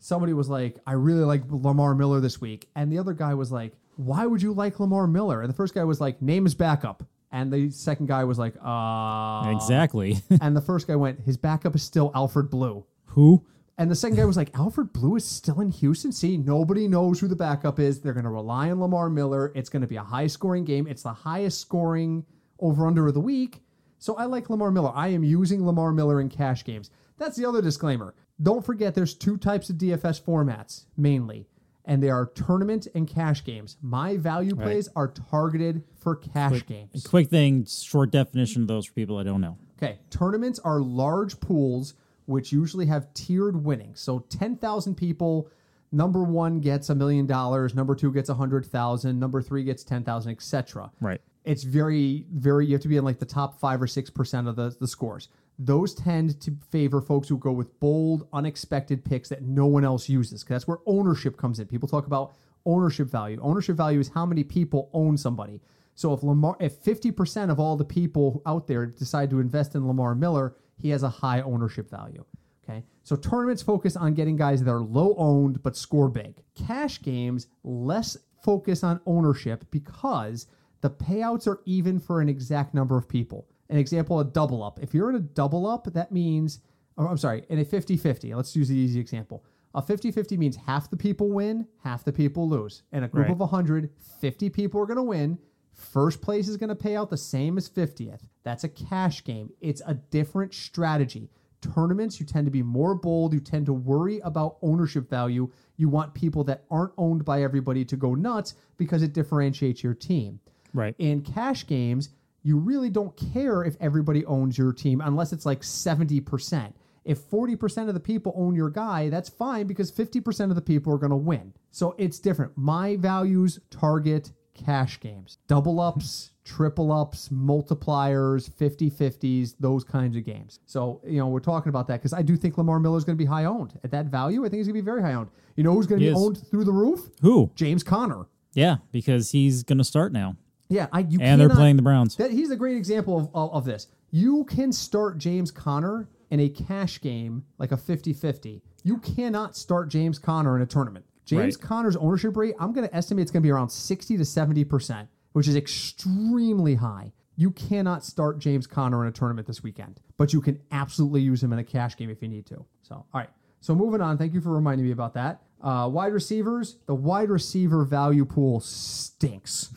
S2: somebody was like, I really like Lamar Miller this week. And the other guy was like, Why would you like Lamar Miller? And the first guy was like, Name his backup. And the second guy was like, Uh.
S1: exactly.
S2: And the first guy went, His backup is still Alfred Blue.
S1: Who?
S2: And the second guy was like, Alfred Blue is still in Houston. See, nobody knows who the backup is. They're going to rely on Lamar Miller. It's going to be a high scoring game. It's the highest scoring over under of the week. So I like Lamar Miller. I am using Lamar Miller in cash games. That's the other disclaimer. Don't forget there's two types of DFS formats mainly, and they are tournament and cash games. My value plays are targeted for cash games.
S1: Quick thing, short definition of those for people that don't know.
S2: Okay, tournaments are large pools which usually have tiered winning. So 10,000 people, number 1 gets a million dollars, number 2 gets a 100,000, number 3 gets 10,000, etc.
S1: Right.
S2: It's very very you have to be in like the top 5 or 6% of the the scores. Those tend to favor folks who go with bold, unexpected picks that no one else uses 'cause that's where ownership comes in. People talk about ownership value. Ownership value is how many people own somebody. So if Lamar, if fifty percent of all the people out there decide to invest in Lamar Miller, he has a high ownership value. Okay, so tournaments focus on getting guys that are low owned but score big. Cash games less focus on ownership because the payouts are even for an exact number of people. An example, a double up. If you're in a double up, that means, or I'm sorry, in a 50 50, let's use the easy example. A 50 50 means half the people win, half the people lose. In a group
S1: Right.
S2: of 100, 50 people are going to win. First place is going to pay out the same as 50th. That's a cash game. It's a different strategy. Tournaments, you tend to be more bold. You tend to worry about ownership value. You want people that aren't owned by everybody to go nuts because it differentiates your team.
S1: Right.
S2: In cash games, you really don't care if everybody owns your team unless it's like 70%. If 40% of the people own your guy, that's fine because 50% of the people are going to win. So it's different. My values target cash games, double ups, triple ups, multipliers, 50 50s, those kinds of games. So, you know, we're talking about that because I do think Lamar Miller is going to be high owned. At that value, I think he's going to be very high owned. You know who's going to
S1: He
S2: be
S1: is.
S2: owned through the roof?
S1: Who?
S2: James Conner.
S1: Yeah, because he's going to start now.
S2: Yeah, I, you
S1: And they're
S2: cannot-
S1: playing the Browns.
S2: That, he's a great example of, of, of this. You can start James Conner in a cash game, like a 50 50. You cannot start James Conner in a tournament. James
S1: Right.
S2: Conner's ownership rate, I'm going to estimate it's going to be around 60 to 70%, which is extremely high. You cannot start James Conner in a tournament this weekend, but you can absolutely use him in a cash game if you need to. So, all right. So, moving on. Thank you for reminding me about that. Uh, wide receivers, the wide receiver value pool stinks.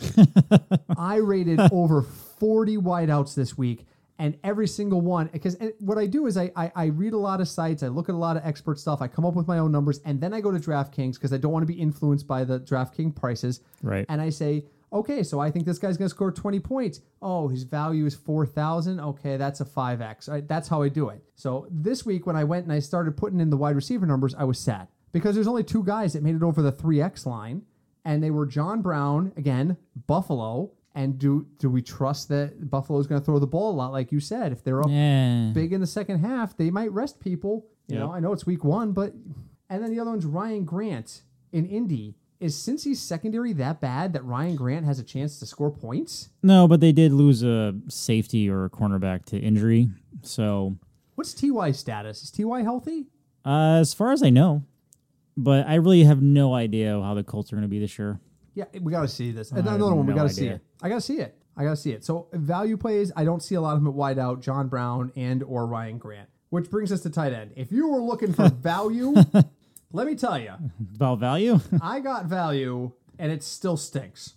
S2: I rated over 40 wideouts this week, and every single one, because and what I do is I, I I read a lot of sites, I look at a lot of expert stuff, I come up with my own numbers, and then I go to DraftKings because I don't want to be influenced by the DraftKings prices.
S1: Right.
S2: And I say, okay, so I think this guy's going to score 20 points. Oh, his value is 4,000. Okay, that's a 5X. All right, that's how I do it. So this week, when I went and I started putting in the wide receiver numbers, I was sad because there's only two guys that made it over the 3X line, and they were John Brown, again, Buffalo. And do do we trust that Buffalo's going to throw the ball a lot, like you said? If they're up
S1: Yeah.
S2: big in the second half, they might rest people. You
S1: Yeah.
S2: know, I know it's week one, but and then the other one's Ryan Grant in Indy. Is Cincy's secondary that bad that Ryan Grant has a chance to score points?
S1: No, but they did lose a safety or a cornerback to injury. So,
S2: What's Ty's status? Is Ty healthy?
S1: uh, as far as I know, but I really have no idea how the Colts are going to be this year.
S2: Yeah, we got to see this.
S1: have
S2: Another one, we
S1: no
S2: got
S1: idea.
S2: to see it. I got to see it. I got to see it. So value plays, I don't see a lot of them at wideout, John Brown and or Ryan Grant. Which brings us to tight end. If you were looking for value, let me tell you,
S1: About value?
S2: I got value and it still stinks.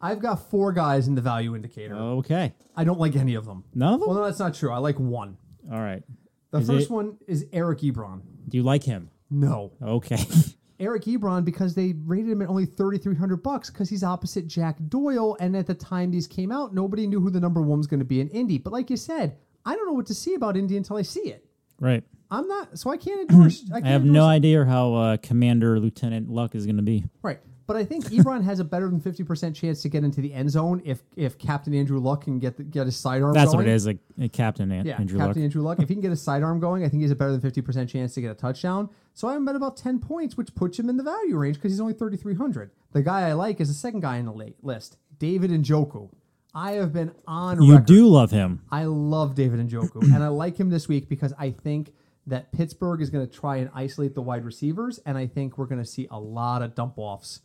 S2: I've got four guys in the value indicator.
S1: okay.
S2: I don't like any of them.
S1: None of them?
S2: Well, no, that's not true. I like one.
S1: All right.
S2: The
S1: Is it-
S2: first one is Eric Ebron.
S1: Do you like him?
S2: No.
S1: Okay.
S2: Eric Ebron because they rated him at only 3300 bucks cuz he's opposite Jack Doyle and at the time these came out nobody knew who the number 1 was going to be in Indy. But like you said, I don't know what to see about Indy until I see it.
S1: right.
S2: I'm not so I can't endorse I, can't
S1: I have
S2: endorse
S1: no idea how uh, Commander Lieutenant Luck is going to be.
S2: Right. But I think Ebron has a better than fifty percent chance to get into the end zone if if Captain Andrew Luck can get the, get his sidearm.
S1: That's
S2: going.
S1: what it is, like uh, Captain An-
S2: Yeah,
S1: Andrew
S2: Captain
S1: Luck.
S2: Andrew Luck. If he can get his sidearm going, I think he's a better than fifty percent chance to get a touchdown. So I'm at about ten points, which puts him in the value range because he's only thirty three hundred. The guy I like is the second guy in the late list, David Njoku. I have been on.
S1: You
S2: record.
S1: do love him.
S2: I love David Njoku, and I like him this week because I think that Pittsburgh is going to try and isolate the wide receivers, and I think we're going to see a lot of dump offs.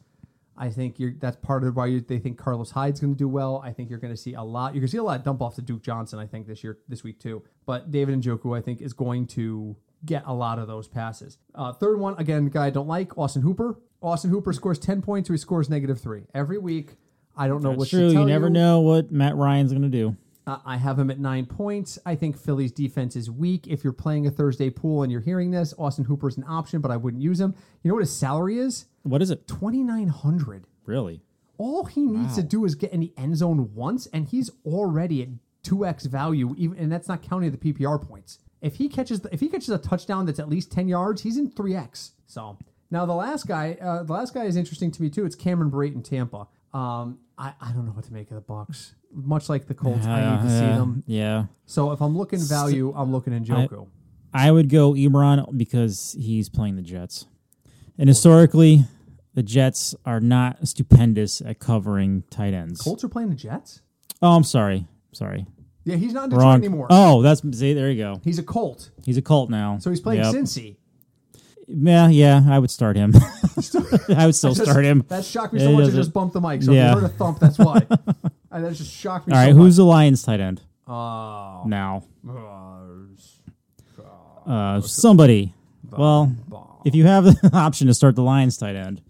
S2: I think you're, that's part of why you, they think Carlos Hyde's going to do well. I think you're going to see a lot. You're going to see a lot of dump off to Duke Johnson. I think this year, this week too. But David Njoku, I think, is going to get a lot of those passes. Uh, third one again, guy I don't like Austin Hooper. Austin Hooper scores ten points or he scores negative three every week. I don't know what
S1: That's
S2: to
S1: true. You
S2: tell
S1: never know what Matt Ryan's going to do.
S2: uh, I have him at nine points. I think Philly's defense is weak. If you're playing a Thursday pool and you're hearing this, Austin Hooper's an option, but I wouldn't use him. You know what his salary is?
S1: What is it?
S2: Twenty nine hundred.
S1: Really?
S2: All he needs to
S1: Wow.
S2: do is get in the end zone once, and he's already at two x value. Even and that's not counting the PPR points. If he catches the, if he catches a touchdown that's at least ten yards, he's in three x. So now the last guy, uh, the last guy is interesting to me too. It's Cameron Brayton, Tampa. Um, I, I don't know what to make of the Bucks. Much like the Colts, I need to see
S1: yeah.
S2: them.
S1: Uh, Yeah.
S2: So if I'm looking value, I'm looking in Joku.
S1: I would go Ebron because he's playing the Jets. And historically, the Jets are not stupendous at covering tight ends.
S2: Colts are playing the Jets.
S1: Oh, I'm sorry. Sorry.
S2: Yeah, he's not in Detroit
S1: Wrong.
S2: anymore.
S1: Oh, that's see, there you go.
S2: He's a Colt,
S1: He's a cult now.
S2: so he's playing
S1: Yep.
S2: Cincy.
S1: Yeah, yeah, I would start him. I would still
S2: Just-
S1: start him.
S2: That shocked me
S1: Yeah,
S2: so
S1: he
S2: much. I
S1: doesn't-
S2: just bumped the mic. So
S1: Yeah.
S2: if you heard a thump, that's why. and that just shocked me.
S1: All right,
S2: so
S1: who's the Lions tight end
S2: Much.
S1: now?
S2: Oh.
S1: Uh, somebody. Well, if you have the option to start the Lions tight end,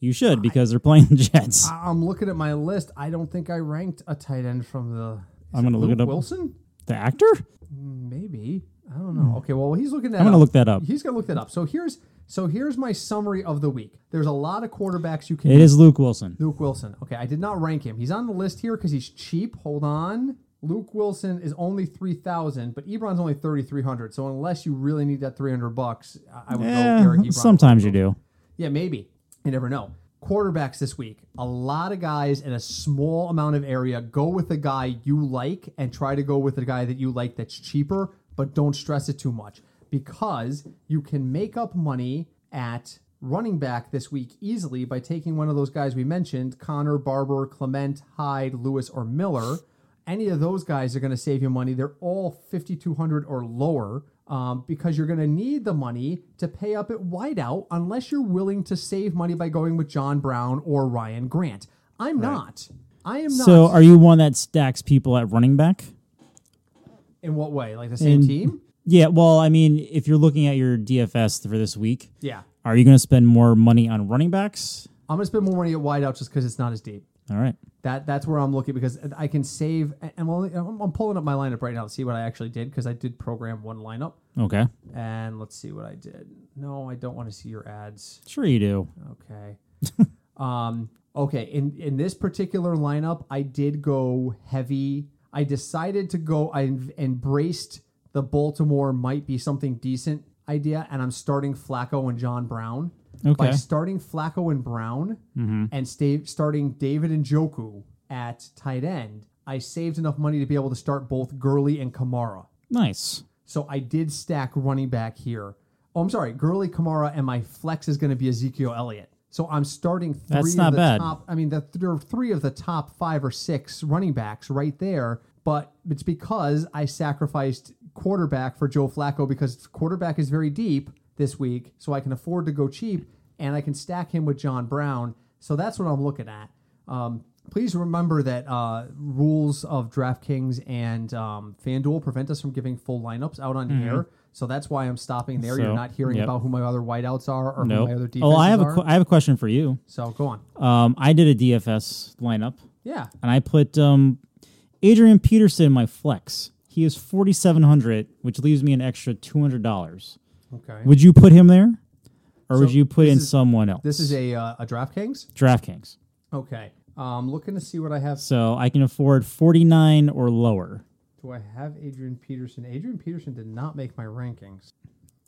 S1: you should because they're playing the Jets.
S2: I- I'm looking at my list. I don't think I ranked a tight end from the.
S1: I'm gonna look
S2: Luke
S1: it up.
S2: Wilson?
S1: The actor?
S2: Maybe. I don't know. Okay, well, he's looking at
S1: Hmm. I'm gonna look that up.
S2: He's going to look that up. So here's so here's my summary of the week. There's a lot of quarterbacks you can
S1: It is Luke Wilson.
S2: Luke Wilson. Okay, I did not rank him. He's on the list here because he's cheap. Hold on. Luke Wilson is only three thousand, but Ebron's only thirty three hundred. So unless you really need that three hundred bucks, I, I would
S1: Eh,
S2: go Eric Ebron.
S1: sometimes you do.
S2: Yeah, maybe. You never know. Quarterbacks this week. A lot of guys in a small amount of area. Go with a guy you like and try to go with a guy that you like that's cheaper, but don't stress it too much because you can make up money at running back this week easily by taking one of those guys we mentioned Connor, Barber, Clement, Hyde, Lewis, or Miller any of those guys are going to save you money. They're all 5,200 or lower um, because you're going to need the money to pay up at wideout unless you're willing to save money by going with John Brown or Ryan Grant. I'm not. I am not.
S1: So are you one that stacks people at running back?
S2: in what way? Like the same
S1: in-
S2: team?
S1: Yeah, well, I mean, if you're looking at your DFS for this week,
S2: Yeah.
S1: are you going to spend more money on running backs?
S2: I'm going to spend more money at wideout just because it's not as deep.
S1: All right.
S2: That that's where I'm looking because I can save. And I'm, only, I'm I'm pulling up my lineup right now to see what I actually did because I did program one lineup.
S1: Okay.
S2: And let's see what I did. No, I don't want to see your ads.
S1: Sure you do.
S2: Okay. um, okay. In in this particular lineup, I did go heavy. I decided to go. I en- embraced the Baltimore might be something decent idea, and I'm starting Flacco and John Brown. By
S1: Okay.
S2: starting Flacco and Brown and sta- starting David and Joku at tight end, I saved enough money to be able to start both Gurley and Kamara.
S1: Nice.
S2: So I did stack running back here. Oh, I'm sorry, Gurley, Kamara, and my flex is going to be Ezekiel Elliott. So I'm starting three
S1: That's
S2: of
S1: not
S2: the
S1: bad.
S2: top. I mean, the, there are three of the top five or six running backs right there. But it's because I sacrificed quarterback for Joe Flacco because quarterback is very deep this week, so I can afford to go cheap and I can stack him with John Brown. So that's what I'm looking at. Um, please remember that uh, rules of DraftKings and um, FanDuel prevent us from giving full lineups out on air. So that's why I'm stopping there. You're
S1: Mm-hmm. So,
S2: not hearing
S1: yep.
S2: about who my other whiteouts are or who my other
S1: Nope.
S2: defenses
S1: Oh, I have a
S2: are.
S1: qu- I have a question for you.
S2: so go on.
S1: Um, I did a DFS lineup,
S2: Yeah.
S1: and I put um, Adrian Peterson in my flex. He is forty seven hundred, which leaves me an extra two hundred dollars.
S2: Okay.
S1: Would you put him there, or would
S2: So
S1: you put
S2: this
S1: in
S2: is-
S1: someone else?
S2: This is a uh, a DraftKings.
S1: DraftKings,
S2: Okay. Um, looking to see what I have.
S1: so I can afford forty nine or lower.
S2: Do I have Adrian Peterson? Adrian Peterson did not make my rankings.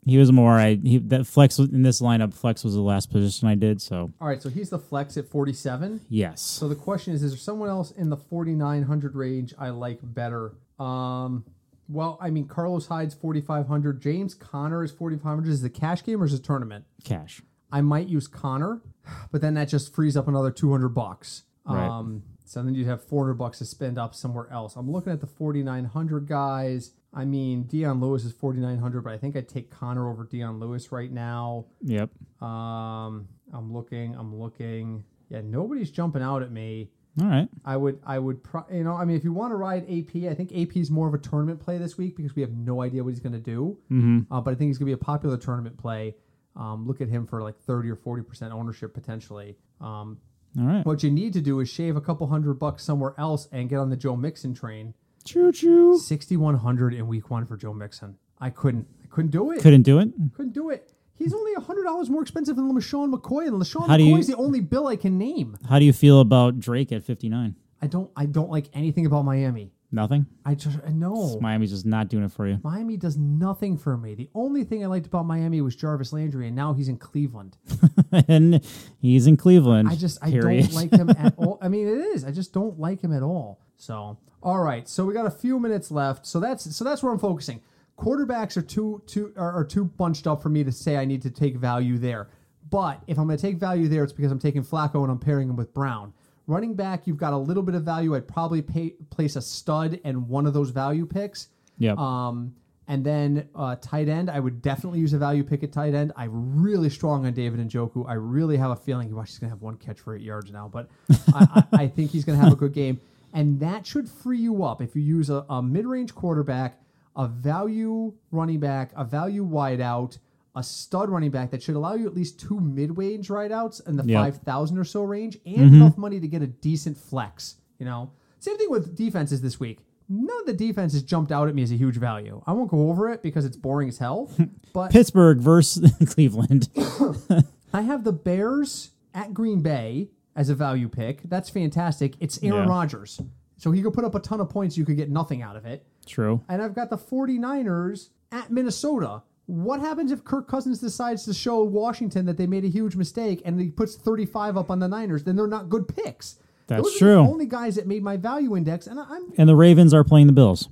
S1: He was more I he, that flex was- in this lineup. Flex was the last position I did, so
S2: All right, so he's the flex at 47.
S1: yes.
S2: So the question is, is there someone else in the 4,900 range I like better? Um, well, I mean, Carlos Hyde's 4,500. James Connor is 4,500. Is it a cash game or is it a tournament?
S1: Cash.
S2: I might use Connor, but then that just frees up another 200 bucks.
S1: Right.
S2: Um, so then you'd have 400 bucks to spend up somewhere else. I'm looking at the 4,900 guys. I mean, Dion Lewis is 4,900, but I think I'd take Connor over Dion Lewis right now.
S1: Yep.
S2: Um, I'm looking, I'm looking. Yeah, nobody's jumping out at me.
S1: All right.
S2: I would, I would, pro- you know, I mean, if you want to ride AP, I think AP is more of a tournament play this week because we have no idea what he's going to do. Mm-hmm. Uh, but I think he's going to be a popular tournament play. Um, look at him for like 30 or 40% ownership potentially. Um,
S1: All right.
S2: what you need to do is shave a couple hundred bucks somewhere else and get on the Joe Mixon train.
S1: Choo choo.
S2: 6,100 in week one for Joe Mixon. I couldn't, I couldn't do it.
S1: Couldn't do it.
S2: Couldn't do it. He's only $100 more expensive than LaShawn McCoy, and LaShawn
S1: How do
S2: McCoy
S1: you-
S2: is the only bill I can name.
S1: How do you feel about Drake at fifty nine?
S2: I don't, I don't like anything about Miami.
S1: Nothing.
S2: I just, I know.
S1: Miami's just not doing it for you.
S2: Miami does nothing for me. The only thing I liked about Miami was Jarvis Landry, and now he's in Cleveland.
S1: and he's in Cleveland.
S2: I just I
S1: period.
S2: don't like him at all. I mean, it is. I just don't like him at all. So all right. So we got a few minutes left. So that's so that's where I'm focusing. Quarterbacks are too too are, are too bunched up for me to say I need to take value there. But if I'm going to take value there, it's because I'm taking Flacco and I'm pairing him with Brown. Running back, you've got a little bit of value. I'd probably pay, place a stud and one of those value picks.
S1: Yep.
S2: Um, and then uh, tight end, I would definitely use a value pick at tight end. I'm really strong on David and Joku. I really have a feeling well, he's going to have one catch for eight yards now, but I, I, I think he's going to have a good game. And that should free you up if you use a, a mid range quarterback, a value running back, a value wideout, a stud running back that should allow you at least two mid range wideouts in the
S1: Yep.
S2: 5,000 or so range and enough money to get a decent flex. You know, same thing with defenses this week. None of the defenses jumped out at me as a huge value. I won't go over it because it's boring as hell. But
S1: Pittsburgh versus Cleveland.
S2: I have the Bears at Green Bay as a value pick. That's fantastic. It's Aaron
S1: Yeah.
S2: Rodgers. So he could put up a ton of points. You could get nothing out of it.
S1: True.
S2: And I've got the 49ers at Minnesota. What happens if Kirk Cousins decides to show Washington that they made a huge mistake and he puts 35 up on the Niners? Then they're not good picks.
S1: That's
S2: Those are
S1: true.
S2: the only guys that made my value index, and I- I'm
S1: And the Ravens are playing the Bills.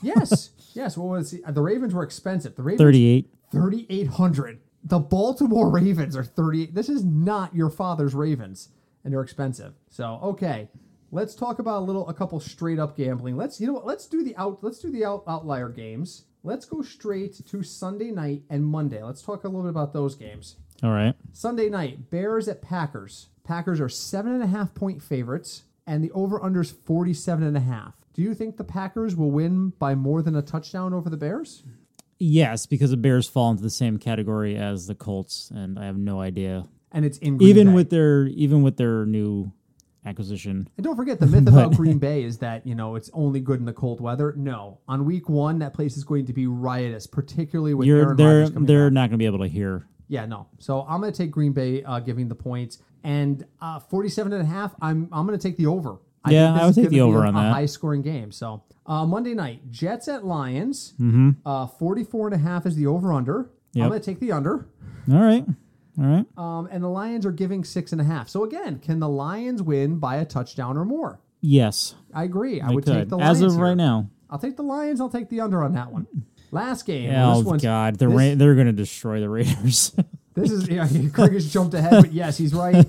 S2: yes, yes. What was the, the Ravens were expensive. The Ravens
S1: 38.
S2: 3,800. The Baltimore Ravens are 38. This is not your father's Ravens, and they're expensive. So okay, let's talk about a little, a couple straight up gambling. Let's you know what? Let's do the out. Let's do the out, outlier games. Let's go straight to Sunday night and Monday. Let's talk a little bit about those games.
S1: All right.
S2: Sunday night, Bears at Packers. Packers are seven and a half point favorites, and the over under is 47 and a half. Do you think the Packers will win by more than a touchdown over the Bears?
S1: Yes, because the Bears fall into the same category as the Colts, and I have no idea.
S2: And it's in Green
S1: Even
S2: Bay.
S1: with their even with their new acquisition.
S2: And don't forget the myth about Green Bay is that, you know, it's only good in the cold weather. No. On week one, that place is going to be riotous, particularly with
S1: You're
S2: Aaron
S1: they're
S2: Rodgers coming
S1: they're
S2: back.
S1: not gonna be able to hear.
S2: Yeah, no. So I'm going to take Green Bay uh, giving the points. And uh, 47 and a half, I'm, I'm going to take the over. I
S1: Yeah,
S2: think this
S1: I would
S2: is
S1: take the
S2: gonna be
S1: over
S2: a,
S1: on
S2: a
S1: that.
S2: high scoring game. So uh, Monday night, Jets at Lions.
S1: Mm-hmm.
S2: Uh, 44 and a half is the over under. I'm
S1: Yep.
S2: going to take the under.
S1: All right. All right.
S2: Um, and the Lions are giving six and a half. So again, can the Lions win by a touchdown or more?
S1: Yes.
S2: I agree. I
S1: They
S2: would take
S1: could.
S2: the
S1: As
S2: Lions
S1: of
S2: here.
S1: right now.
S2: I'll take the Lions. I'll take the under on that one. Last game. well,
S1: Oh
S2: this one's,
S1: God, the
S2: this-
S1: Ra- they're going to destroy the Raiders.
S2: This is yeah, Craig has jumped ahead, but yes, he's right.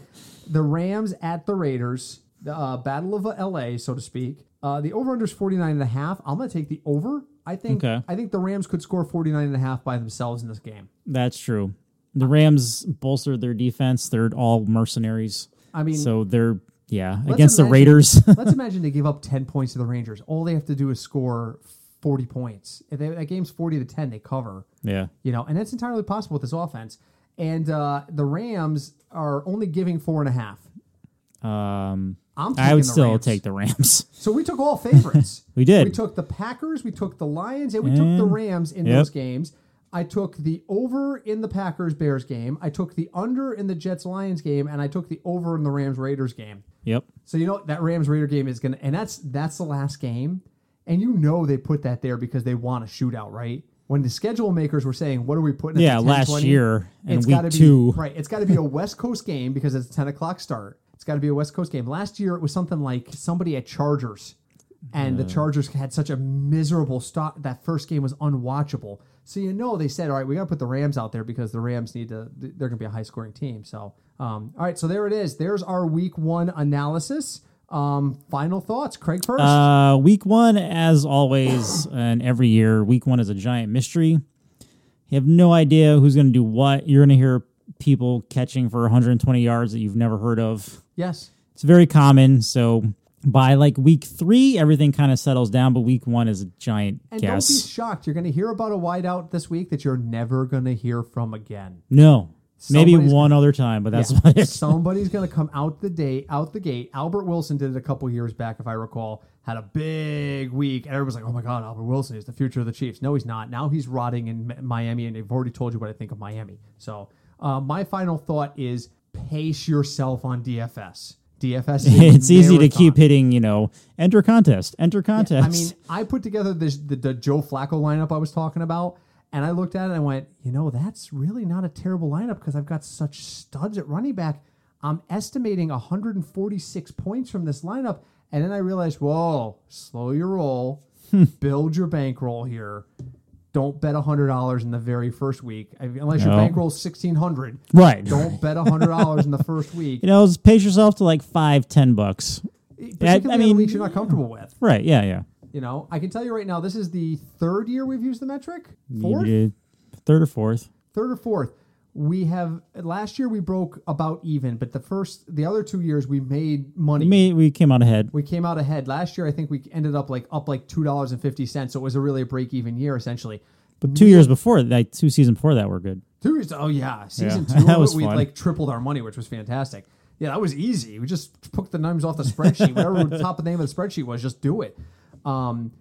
S2: The Rams at the Raiders, the uh, Battle of L.A., so to speak. Uh, the over/under is 49 and a half. I'm going to take the over. I think
S1: Okay.
S2: I think the Rams could score 49 and a half by themselves in this game.
S1: That's true. The Rams bolstered their defense. They're all mercenaries,
S2: I mean,
S1: so they're yeah
S2: let's
S1: against the
S2: imagine-
S1: Raiders.
S2: let's imagine they give up 10 points to the Rangers. All they have to do is score 40 points. If they, that game's 40 to 10, they cover.
S1: yeah,
S2: you know, and that's entirely possible with this offense. And uh, the Rams are only giving four and a half.
S1: um,
S2: I'm taking
S1: I would
S2: the
S1: still
S2: Rams.
S1: take the Rams.
S2: So we took all favorites.
S1: We did.
S2: We took the Packers, we took the Lions, and we took the
S1: And-
S2: Rams in
S1: yep.
S2: those games. I took the over in the Packers Bears game. I took the under in the Jets Lions game, and I took the over in the Rams Raiders game.
S1: yep.
S2: So you know what? that Rams Raider game is gonna, and that's that's the last game, and you know they put that there because they want a shootout, right? When the schedule makers were saying, "What are we putting?" at
S1: Yeah,
S2: the
S1: last
S2: 10-20?"
S1: year in
S2: it's
S1: week
S2: gotta be,
S1: two.
S2: right? It's got to be a West Coast game because it's a ten o'clock start. It's got to be a West Coast game. Last year it was something like somebody at Chargers, and the Chargers had such a miserable start. That first game was unwatchable. So you know they said, all right, we got to put the Rams out there because the Rams need to. They're going to be a high scoring team. So um, all right, so there it is. There's our Week One analysis. Um, final thoughts, Craig first.
S1: Uh, week one, as always, and every year, week one is a giant mystery. You have no idea who's going to do what. You're going to hear people catching for 120 yards that you've never heard of.
S2: yes.
S1: It's very common. So by like week three, everything kind of settles down, but week one is a giant
S2: And
S1: guess.
S2: don't be shocked. You're going to hear about a wideout this week that you're never going to hear from again.
S1: no, maybe
S2: Somebody's-
S1: one other time, but that's
S2: Yeah.
S1: about it.
S2: Somebody's going to come out the day, out the gate. Albert Wilson did it a couple years back, if I recall. Had a big week, and everybody's like, "Oh my God, Albert Wilson is the future of the Chiefs." No, he's not. Now he's rotting in Mi- Miami, and I've already told you what I think of Miami. So, uh, my final thought is: pace yourself on DFS. DFS. Is a
S1: It's easy to
S2: marathon.
S1: keep hitting, you know, enter contest, enter contest.
S2: I mean, I put together this, the, the Joe Flacco lineup I was talking about, and I looked at it and I went, you know, that's really not a terrible lineup because I've got such studs at running back. I'm estimating 146 points from this lineup. And then I realized, whoa, slow your roll,
S1: Hmm.
S2: build your bankroll here. Don't bet $100 in the very first week. I- Unless your
S1: No.
S2: bankroll's 1600
S1: right.
S2: Don't bet $100 in the first week.
S1: You know, just pace yourself to like five, ten bucks.
S2: Particularly in
S1: mean-
S2: weeks you're not comfortable with.
S1: Right. Yeah. Yeah.
S2: You know, I can tell you right now, this is the third year we've used the metric. Fourth,
S1: Yeah, Third or fourth.
S2: third or fourth. We have last year we broke about even, but the first, the other two years we made money.
S1: I mean, we came out ahead.
S2: we came out ahead last year. I think we ended up like up like two dollars and fifty cents. So it was a really a break even year essentially.
S1: But two years before, like two seasons before that, were good.
S2: Two years. Oh yeah, season
S1: Yeah,
S2: two.
S1: that
S2: of it,
S1: was
S2: we
S1: fun.
S2: like tripled our money, which was fantastic. Yeah, that was easy. We just took the names off the spreadsheet. Whatever the top of the name of the spreadsheet was, just do it. Um,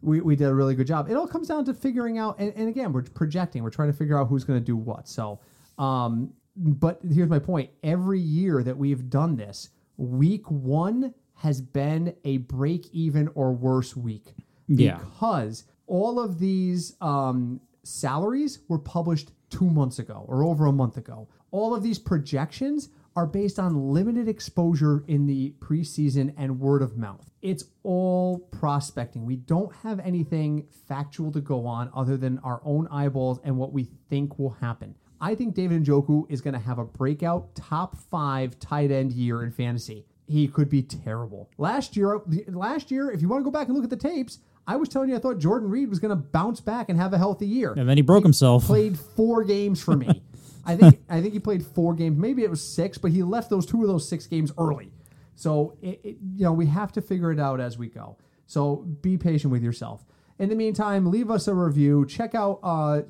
S2: we, we did a really good job. It all comes down to figuring out, and, and again, we're projecting. We're trying to figure out who's going to do what. So, um, but here's my point: every year that we've done this, week one has been a break even or worse week
S1: Yeah.
S2: because all of these um, salaries were published two months ago or over a month ago. All of these projections are based on limited exposure in the preseason and word of mouth. It's all prospecting. We don't have anything factual to go on other than our own eyeballs and what we think will happen. I think David Njoku is going to have a breakout top five tight end year in fantasy. He could be terrible. Last year, last year, if you want to go back and look at the tapes, I was telling you I thought Jordan Reed was going to bounce back and have a healthy year.
S1: And then he broke himself.
S2: Played four games for me. I think I think he played four games. Maybe it was six, but he left those two of those six games early. So it, it, you know we have to figure it out as we go. So be patient with yourself. In the meantime, leave us a review. Check out uh,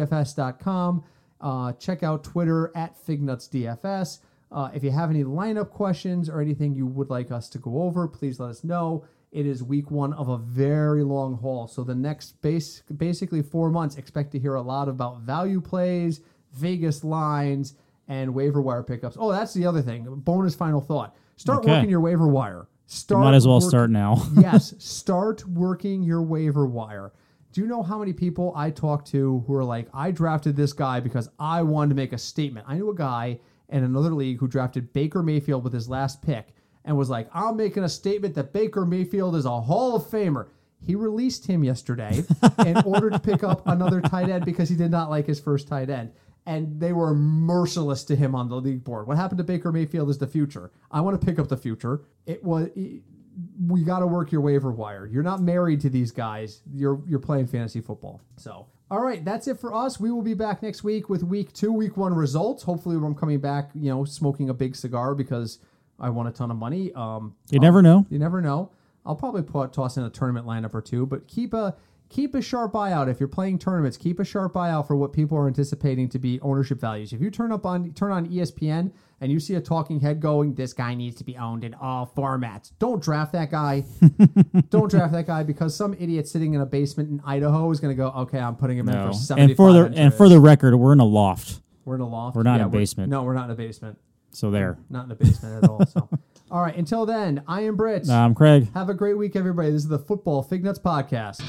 S2: fignutsdfs.com. Uh, check out Twitter at fignutsdfs. Uh, if you have any lineup questions or anything you would like us to go over, please let us know. It is week one of a very long haul. So the next base, basically four months, expect to hear a lot about value plays, Vegas lines, and waiver wire pickups. Oh, that's the other thing. Bonus final thought: start
S1: Okay.
S2: working your waiver wire. Start.
S1: Might as well
S2: work-
S1: start now.
S2: yes, start working your waiver wire. Do you know how many people I talk to who are like, I drafted this guy because I wanted to make a statement? I knew a guy in another league who drafted Baker Mayfield with his last pick and was like, I'm making a statement that Baker Mayfield is a Hall of Famer. He released him yesterday in order to pick up another tight end because he did not like his first tight end. And they were merciless to him on the league board. What happened to Baker Mayfield is the future. I want to pick up the future. It was we got to work your waiver wire. You're not married to these guys. You're you're playing fantasy football. So, all right, that's it for us. We will be back next week with week 2, week 1 results. Hopefully, I'm coming back, you know, smoking a big cigar because I won a ton of money. Um
S1: You never know.
S2: you never know. I'll probably put, toss in a tournament lineup or two, but keep a keep a sharp eye out if you're playing tournaments. Keep a sharp eye out for what people are anticipating to be ownership values. If you turn up on turn on E ESPN and you see a talking head going, "This guy needs to be owned in all formats," don't draft that guy. don't draft that guy because some idiot sitting in a basement in Idaho is going to go, "Okay, I'm putting him in
S1: No.
S2: for
S1: And
S2: 75."
S1: for the and for the record, we're in a loft.
S2: we're in a loft.
S1: we're not in a
S2: we're-
S1: basement.
S2: No, we're not in a basement.
S1: So there.
S2: Not in a basement at all. So, all right. Until then, I am Britt.
S1: Um, Craig.
S2: Have a great week, everybody. This is the Football Fig Nuts Podcast.